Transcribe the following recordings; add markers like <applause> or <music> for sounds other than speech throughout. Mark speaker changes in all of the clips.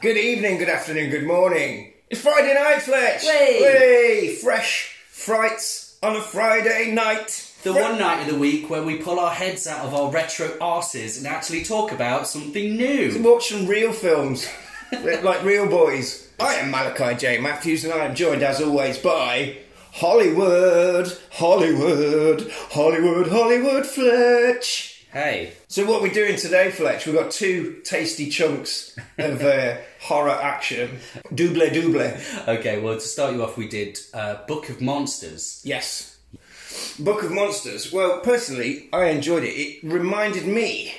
Speaker 1: Good evening, good afternoon, good morning. It's Friday night, Fletch.
Speaker 2: Whey.
Speaker 1: Whey! Fresh frights on a Friday night.
Speaker 2: The one night of the week where we pull our heads out of our retro arses and actually talk about something new.
Speaker 1: Watch some real films, like real boys. I am Malachi J. Matthews, and I am joined, as always, by Hollywood, Hollywood, Hollywood, Hollywood, Fletch.
Speaker 2: Hey,
Speaker 1: So what we're doing today, Fletch, we've got two tasty chunks of uh, horror action. Double, double.
Speaker 2: okay, well, to start you off, we did uh, Book of Monsters. <laughs>
Speaker 1: Yes. Book of Monsters. Well, personally, I enjoyed it. It reminded me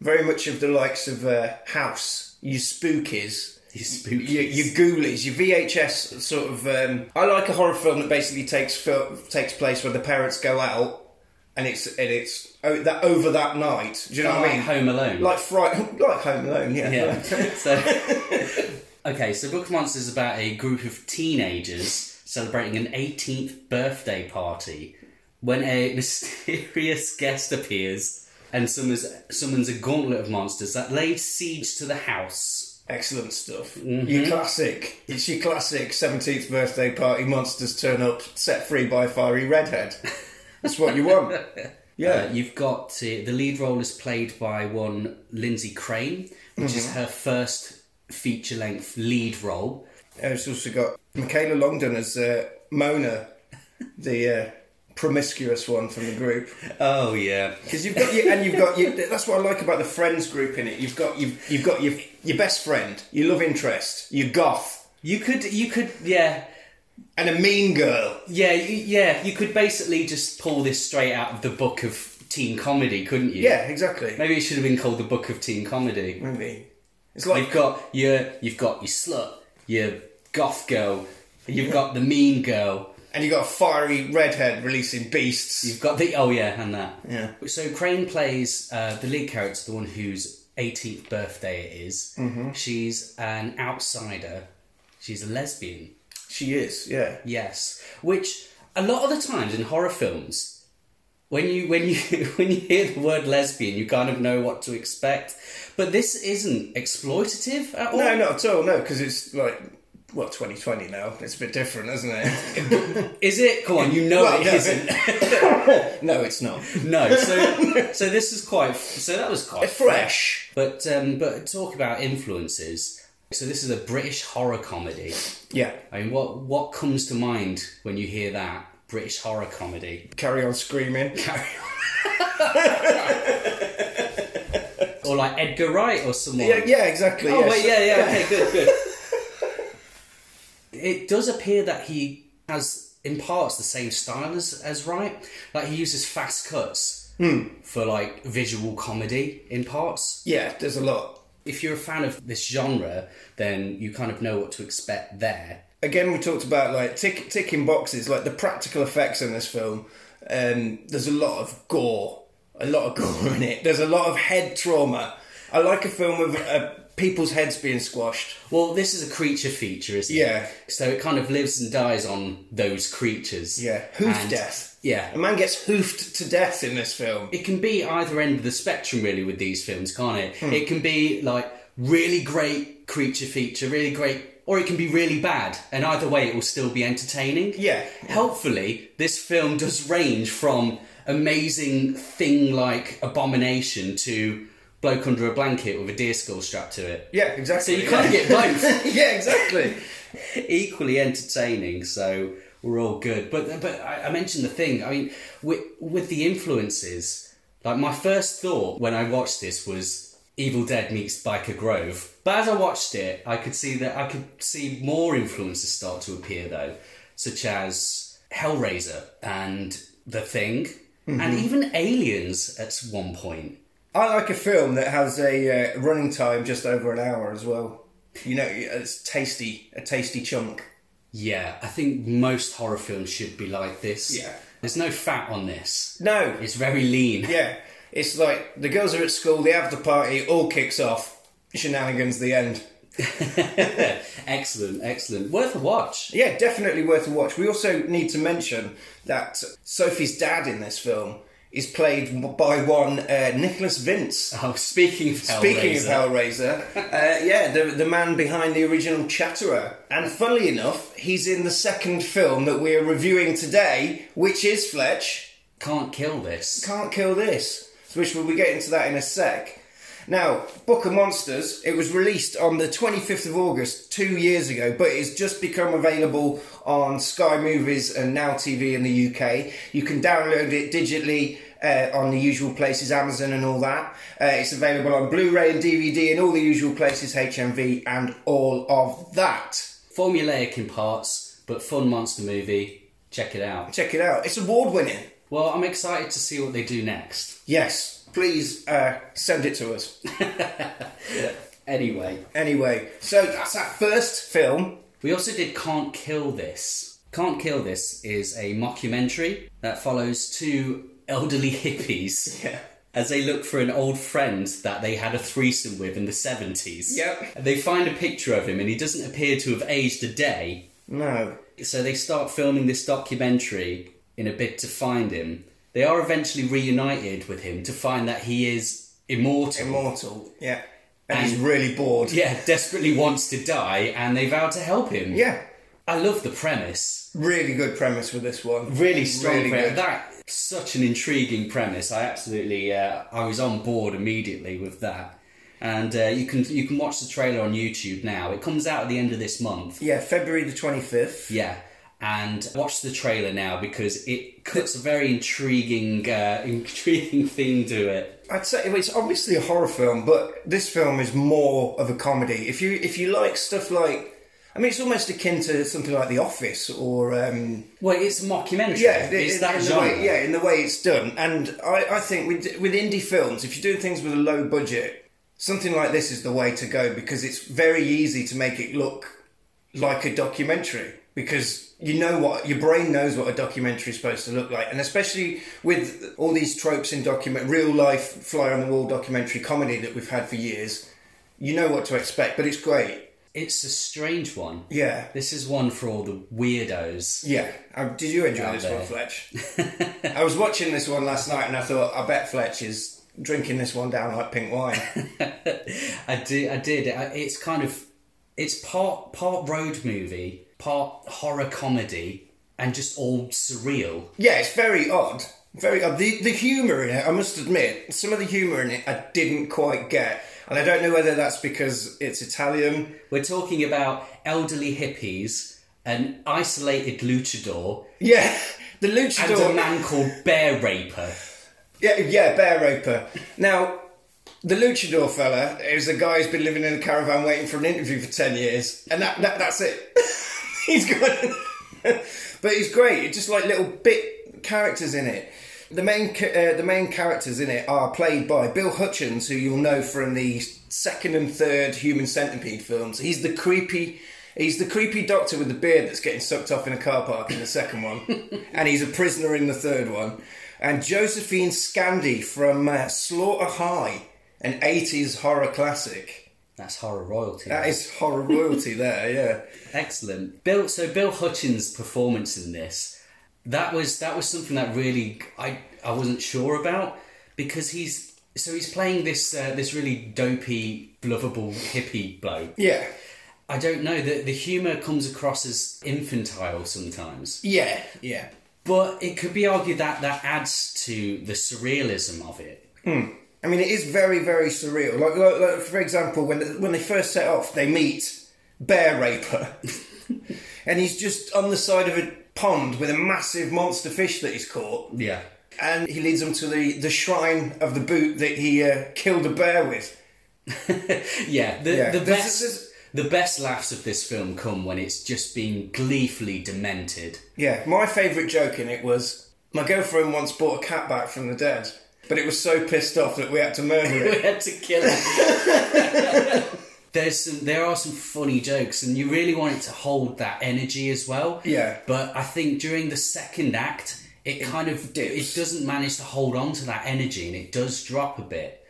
Speaker 1: very much of the likes of uh, House, you spookies.
Speaker 2: <laughs> You spooky.
Speaker 1: Your, your ghoulies, your VHS sort of. Um, I like a horror film that basically takes fil- takes place where the parents go out, and it's and it's oh, that over that night. Do you know what I
Speaker 2: Like
Speaker 1: mean?
Speaker 2: Home Alone.
Speaker 1: like fright, like Home Alone. Yeah.
Speaker 2: Oh, <laughs> yeah. so, okay, so Book of Monsters is about a group of teenagers celebrating an 18th birthday party when a <laughs> mysterious guest appears and summons, summons a gauntlet of monsters that lays siege to the house.
Speaker 1: Excellent stuff.
Speaker 2: Mm-hmm.
Speaker 1: Your classic. It's your classic seventeenth birthday party. Monsters turn up, set free by a fiery redhead. That's what you
Speaker 2: <laughs>
Speaker 1: want.
Speaker 2: Uh,
Speaker 1: Yeah.
Speaker 2: you've got uh, the lead role is played by one Lindsay Crane, which is her first feature length lead role.
Speaker 1: Uh, it's also got Michaela Longdon as uh, Mona, the uh, promiscuous one from the group.
Speaker 2: Oh yeah,
Speaker 1: Because you've got your, and you've got your, that's what I like about the friends group in it. You've got you've, you've got your your best friend, your love interest, your goth,
Speaker 2: you could you could yeah
Speaker 1: and a mean girl.
Speaker 2: yeah you, yeah you could basically just pull this straight out of the book of teen comedy, couldn't you?
Speaker 1: Yeah, exactly.
Speaker 2: Maybe it should have been called the book of teen comedy.
Speaker 1: Maybe. It's like
Speaker 2: You've got your you've got your slut, your goth girl, you've got the mean girl.
Speaker 1: and you got a fiery redhead releasing beasts.
Speaker 2: You've got the oh yeah, and that
Speaker 1: Yeah.
Speaker 2: So Crane plays uh, the lead character, the one whose 18th birthday it is.
Speaker 1: Mm-hmm.
Speaker 2: She's an outsider. She's a lesbian.
Speaker 1: She is, yeah.
Speaker 2: Yes, which a lot of the times in horror films, when you when you <laughs> when you hear the word lesbian, you kind of know what to expect. But this isn't exploitative at all.
Speaker 1: No, not at all. No, because it's like well, 2020 now. It's a bit different, isn't it?
Speaker 2: Is it? Come on, you know
Speaker 1: Well,
Speaker 2: it
Speaker 1: no,
Speaker 2: isn't.
Speaker 1: no, it's not.
Speaker 2: <laughs> No,
Speaker 1: <laughs>
Speaker 2: so so this is quite. So that was quite
Speaker 1: Fresh.
Speaker 2: But um, but talk about influences. So this is a British horror comedy.
Speaker 1: Yeah.
Speaker 2: I mean, what what comes to mind when you hear that British horror comedy?
Speaker 1: Carry on screaming.
Speaker 2: Or like Edgar Wright or someone?
Speaker 1: Yeah, yeah, exactly.
Speaker 2: Oh
Speaker 1: yes.
Speaker 2: wait, yeah, yeah. Okay, good, good. it does appear that he has imparts the same style as as Wright. Like he uses fast cuts
Speaker 1: Hmm.
Speaker 2: for like visual comedy in parts.
Speaker 1: <laughs> Yeah, there's a lot.
Speaker 2: if you're a fan of this genre, then you kind of know what to expect there.
Speaker 1: Again, we talked about like tick, ticking boxes, like the practical effects in this film. Um, there's a lot of gore, a lot of <laughs> gore in it. There's a lot of head trauma. I like a film with uh, people's heads being squashed.
Speaker 2: Well, this is a creature feature, isn't
Speaker 1: Yeah.
Speaker 2: it? So it kind of lives and dies on those creatures.
Speaker 1: Yeah, hoof
Speaker 2: And-
Speaker 1: death.
Speaker 2: Yeah.
Speaker 1: A man gets hoofed to death in this film.
Speaker 2: It can be either end of the spectrum, really, with these films, can't it?
Speaker 1: Hmm.
Speaker 2: It can be like really great creature feature, really great, or it can be really bad. And either way, it will still be entertaining.
Speaker 1: Yeah.
Speaker 2: Helpfully, this film does range from amazing thing like abomination to bloke under a blanket with a deer skull strapped to it.
Speaker 1: Yeah, exactly.
Speaker 2: So you kind of
Speaker 1: <laughs>
Speaker 2: get both.
Speaker 1: yeah, exactly.
Speaker 2: Equally entertaining, so we're all good. But but I, I mentioned the thing. I mean, with with the influences, like my first thought when I watched this was Evil Dead meets Biker Grove. But as I watched it, I could see that I could see more influences start to appear though, such as Hellraiser and The Thing,
Speaker 1: Mm-hmm.
Speaker 2: and even Aliens at one point.
Speaker 1: I like a film that has a uh, running time just over an hour as well. You know, it's tasty, a tasty chunk.
Speaker 2: Yeah, I think most horror films should be like this.
Speaker 1: Yeah.
Speaker 2: There's no fat on this.
Speaker 1: No,
Speaker 2: It's very lean.
Speaker 1: yeah, it's like the girls are at school, they have the party, all kicks off, shenanigans, the end.
Speaker 2: <laughs> excellent, excellent. Worth a watch.
Speaker 1: Yeah, definitely worth a watch. We also need to mention that Sophie's dad in this film is played by one uh, Nicholas Vince.
Speaker 2: Oh, speaking of
Speaker 1: Speaking of
Speaker 2: Hellraiser.
Speaker 1: Hellraiser, uh, yeah, the, the man behind the original Chatterer. And funnily enough, he's in the second film that we're reviewing today, which is Fletch,
Speaker 2: can't kill this.
Speaker 1: can't kill this. Which we'll be getting to that in a sec. Now, Book of Monsters, it was released on the 25th of August two years ago, but it's just become available on Sky Movies and Now TV in the UK. You can download it digitally uh, on the usual places, Amazon and all that. Uh, it's available on Blu ray and DVD and all the usual places, HMV and all of that.
Speaker 2: Formulaic in parts, but fun monster movie. Check it out.
Speaker 1: Check it out, it's award winning.
Speaker 2: Well, I'm excited to see what they do next.
Speaker 1: Yes, please uh, send it to us.
Speaker 2: Anyway,
Speaker 1: Anyway, so that's that first film.
Speaker 2: we also did Can't Kill This. Can't Kill This is a mockumentary that follows two elderly <laughs> hippies
Speaker 1: Yeah.
Speaker 2: as they look for an old friend that they had a threesome with in the 70s.
Speaker 1: Yep.
Speaker 2: And they find a picture of him and he doesn't appear to have aged a day.
Speaker 1: No.
Speaker 2: So they start filming this documentary in a bid to find him. They are eventually reunited with him to find that he is immortal.
Speaker 1: Immortal. Yeah. And, he's really bored.
Speaker 2: yeah, desperately wants to die and they vow to help him.
Speaker 1: Yeah.
Speaker 2: I love the premise.
Speaker 1: Really good premise with this one.
Speaker 2: Really strong
Speaker 1: Really
Speaker 2: premise.
Speaker 1: good.
Speaker 2: That such an intriguing premise. I absolutely uh, I was on board immediately with that. And uh, you can you can watch the trailer on YouTube now. It comes out at the end of this month.
Speaker 1: Yeah, February the 25th.
Speaker 2: Yeah, and watch the trailer now because it cuts a very intriguing, uh, <laughs> intriguing thing to it.
Speaker 1: I'd say well, it's obviously a horror film, but this film is more of a comedy. If you if you like stuff like I mean, it's almost akin to something like The Office or um,
Speaker 2: Well, it's a mockumentary.
Speaker 1: yeah,
Speaker 2: it's
Speaker 1: in-
Speaker 2: that
Speaker 1: in the
Speaker 2: genre.
Speaker 1: way, yeah, in the way it's done. And I, I think with with indie films, if you're doing things with a low budget, something like this is the way to go because it's very easy to make it look like a documentary because you know what your brain knows what a documentary is supposed to look like and especially with all these tropes in document real life fly on the wall documentary comedy that we've had for years you know what to expect but it's great
Speaker 2: It's a strange one.
Speaker 1: yeah
Speaker 2: This is one for all the weirdos.
Speaker 1: yeah. Um, did you enjoy
Speaker 2: Out
Speaker 1: this
Speaker 2: there.
Speaker 1: one, Fletch?
Speaker 2: <laughs>
Speaker 1: I was watching this one last night and I thought, I bet Fletch is drinking this one down like pink
Speaker 2: <laughs>
Speaker 1: wine.
Speaker 2: I did. I did. I, it's kind of, it's part part road movie, part horror comedy, and just all surreal.
Speaker 1: yeah, it's very odd. Very odd. The, the humour in it, I must admit, some of the humour in it I didn't quite get. And I don't know whether that's because it's Italian.
Speaker 2: We're talking about elderly hippies, an isolated luchador,
Speaker 1: Yeah, <laughs> the
Speaker 2: and
Speaker 1: luchador.
Speaker 2: a man called Bear Raper.
Speaker 1: Yeah, yeah, bear roper. Now, the luchador fella is a guy who's been living in a caravan waiting for an interview for 10 years, and that, that that's it. <laughs> he's good. but he's great. It's just like little bit characters in it. The main, ca- uh, the main characters in it are played by Bill Hutchins, who you'll know from the second and third Human Centipede films. He's the creepy, he's the creepy doctor with the beard that's getting sucked off in a car park in the second one, and he's a prisoner in the third one. And Josephine Scandi from uh, Slaughter High, an '80s horror classic.
Speaker 2: That's horror royalty.
Speaker 1: That is horror royalty there, yeah.
Speaker 2: Excellent. Bill so Bill Hutchins' performance in this, that was that was something that really I I wasn't sure about because he's so he's playing this uh, this really dopey, lovable hippie bloke.
Speaker 1: Yeah.
Speaker 2: I don't know, the the humour comes across as infantile sometimes.
Speaker 1: Yeah. Yeah.
Speaker 2: But it could be argued that that adds to the surrealism of it.
Speaker 1: I mean, it is very, very surreal. Like, like, like for example, when when they first set off, they meet Bear Raper, <laughs> and he's just on the side of a pond with a massive monster fish that he's caught,
Speaker 2: Yeah.
Speaker 1: and he leads them to the, the shrine of the boot that he uh, killed a bear with.
Speaker 2: <laughs> Yeah, the,
Speaker 1: Yeah,
Speaker 2: the
Speaker 1: this
Speaker 2: best
Speaker 1: is- this-
Speaker 2: the best laughs of this film come when it's just being gleefully demented.
Speaker 1: Yeah, my favourite joke in it was my girlfriend once bought a cat back from the dead, but it was so pissed off that we had to murder it.
Speaker 2: We had to kill him. <laughs> There's some, there are some funny jokes, and you really want it to hold that energy as well.
Speaker 1: Yeah.
Speaker 2: But I think during the second act, it, kind of
Speaker 1: dips.
Speaker 2: it doesn't manage to hold on to that energy, and it does drop a bit.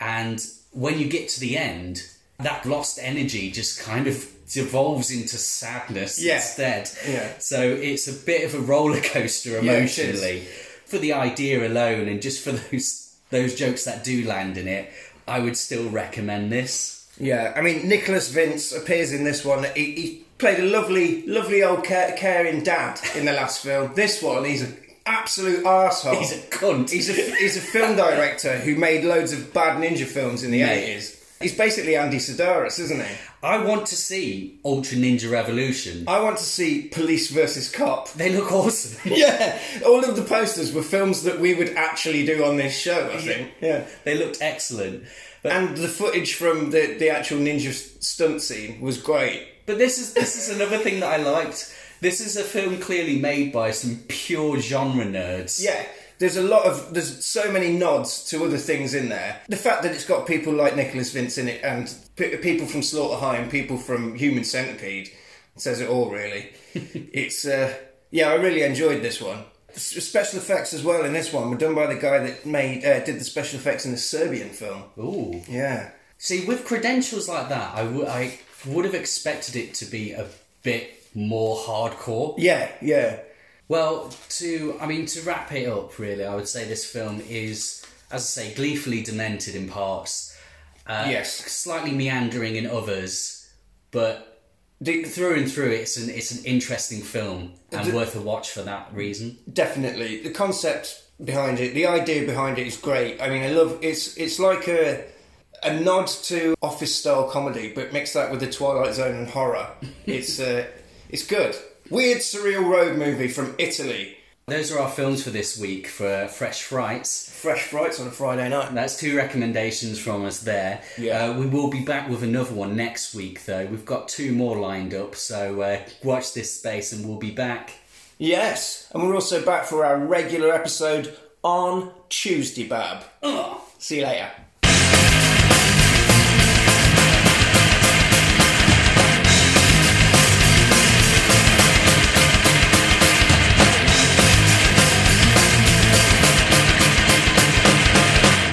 Speaker 2: And when you get to the end, that lost energy just kind of devolves into sadness
Speaker 1: Yeah.
Speaker 2: instead.
Speaker 1: Yeah.
Speaker 2: So it's a bit of a roller coaster
Speaker 1: it is.
Speaker 2: emotionally. for the idea alone and just for those those jokes that do land in it, I would still recommend this.
Speaker 1: Yeah, I mean Nicholas Vince appears in this one. He, he played a lovely, lovely old care, caring dad in the last film. This one, he's an absolute arsehole.
Speaker 2: He's a cunt.
Speaker 1: He's a, he's a film director who made loads of bad ninja films in the
Speaker 2: Mate.
Speaker 1: eighties. He's basically Andy Sedaris, isn't he?
Speaker 2: I want to see Ultra Ninja Revolution.
Speaker 1: I want to see Police versus Cop.
Speaker 2: They look awesome. <laughs>
Speaker 1: Yeah, all of the posters were films that we would actually do on this show. I think. Yeah,
Speaker 2: they looked excellent. But
Speaker 1: and the footage from the the actual ninja s- stunt scene was great.
Speaker 2: But this is this is another thing that I liked. This is a film clearly made by some pure genre nerds.
Speaker 1: Yeah, there's a lot of there's so many nods to other things in there. The fact that it's got people like Nicholas Vince in it and p- people from Slaughterheim, people from Human Centipede says it all really. it's uh, yeah, I really enjoyed this one. S- Special effects as well in this one were done by the guy that made uh, did the special effects in the Serbian film.
Speaker 2: Ooh.
Speaker 1: Yeah.
Speaker 2: See, with credentials like that, I would I would have expected it to be a bit more hardcore.
Speaker 1: Yeah, yeah.
Speaker 2: Well, to I mean to wrap it up, really, I would say this film is, as I say, gleefully demented in parts, uh,
Speaker 1: Yes.
Speaker 2: slightly meandering in others, but through and through, it's an it's an interesting film and worth a watch for that reason.
Speaker 1: Definitely. The concept behind it, the idea behind it is great. I mean, I love it's it's like a a nod to office style comedy, but mix that with the Twilight Zone and horror. It's uh, it's good. Weird surreal road movie from Italy.
Speaker 2: Those are our films for this week for Fresh Frights.
Speaker 1: Fresh frights on a Friday night.
Speaker 2: That's two recommendations from us there.
Speaker 1: Yeah.
Speaker 2: Uh, we will be back with another one next week, though. We've got two more lined up, so uh, watch this space and we'll be back.
Speaker 1: Yes, and we're also back for our regular episode on Tuesday, Bab. See you later.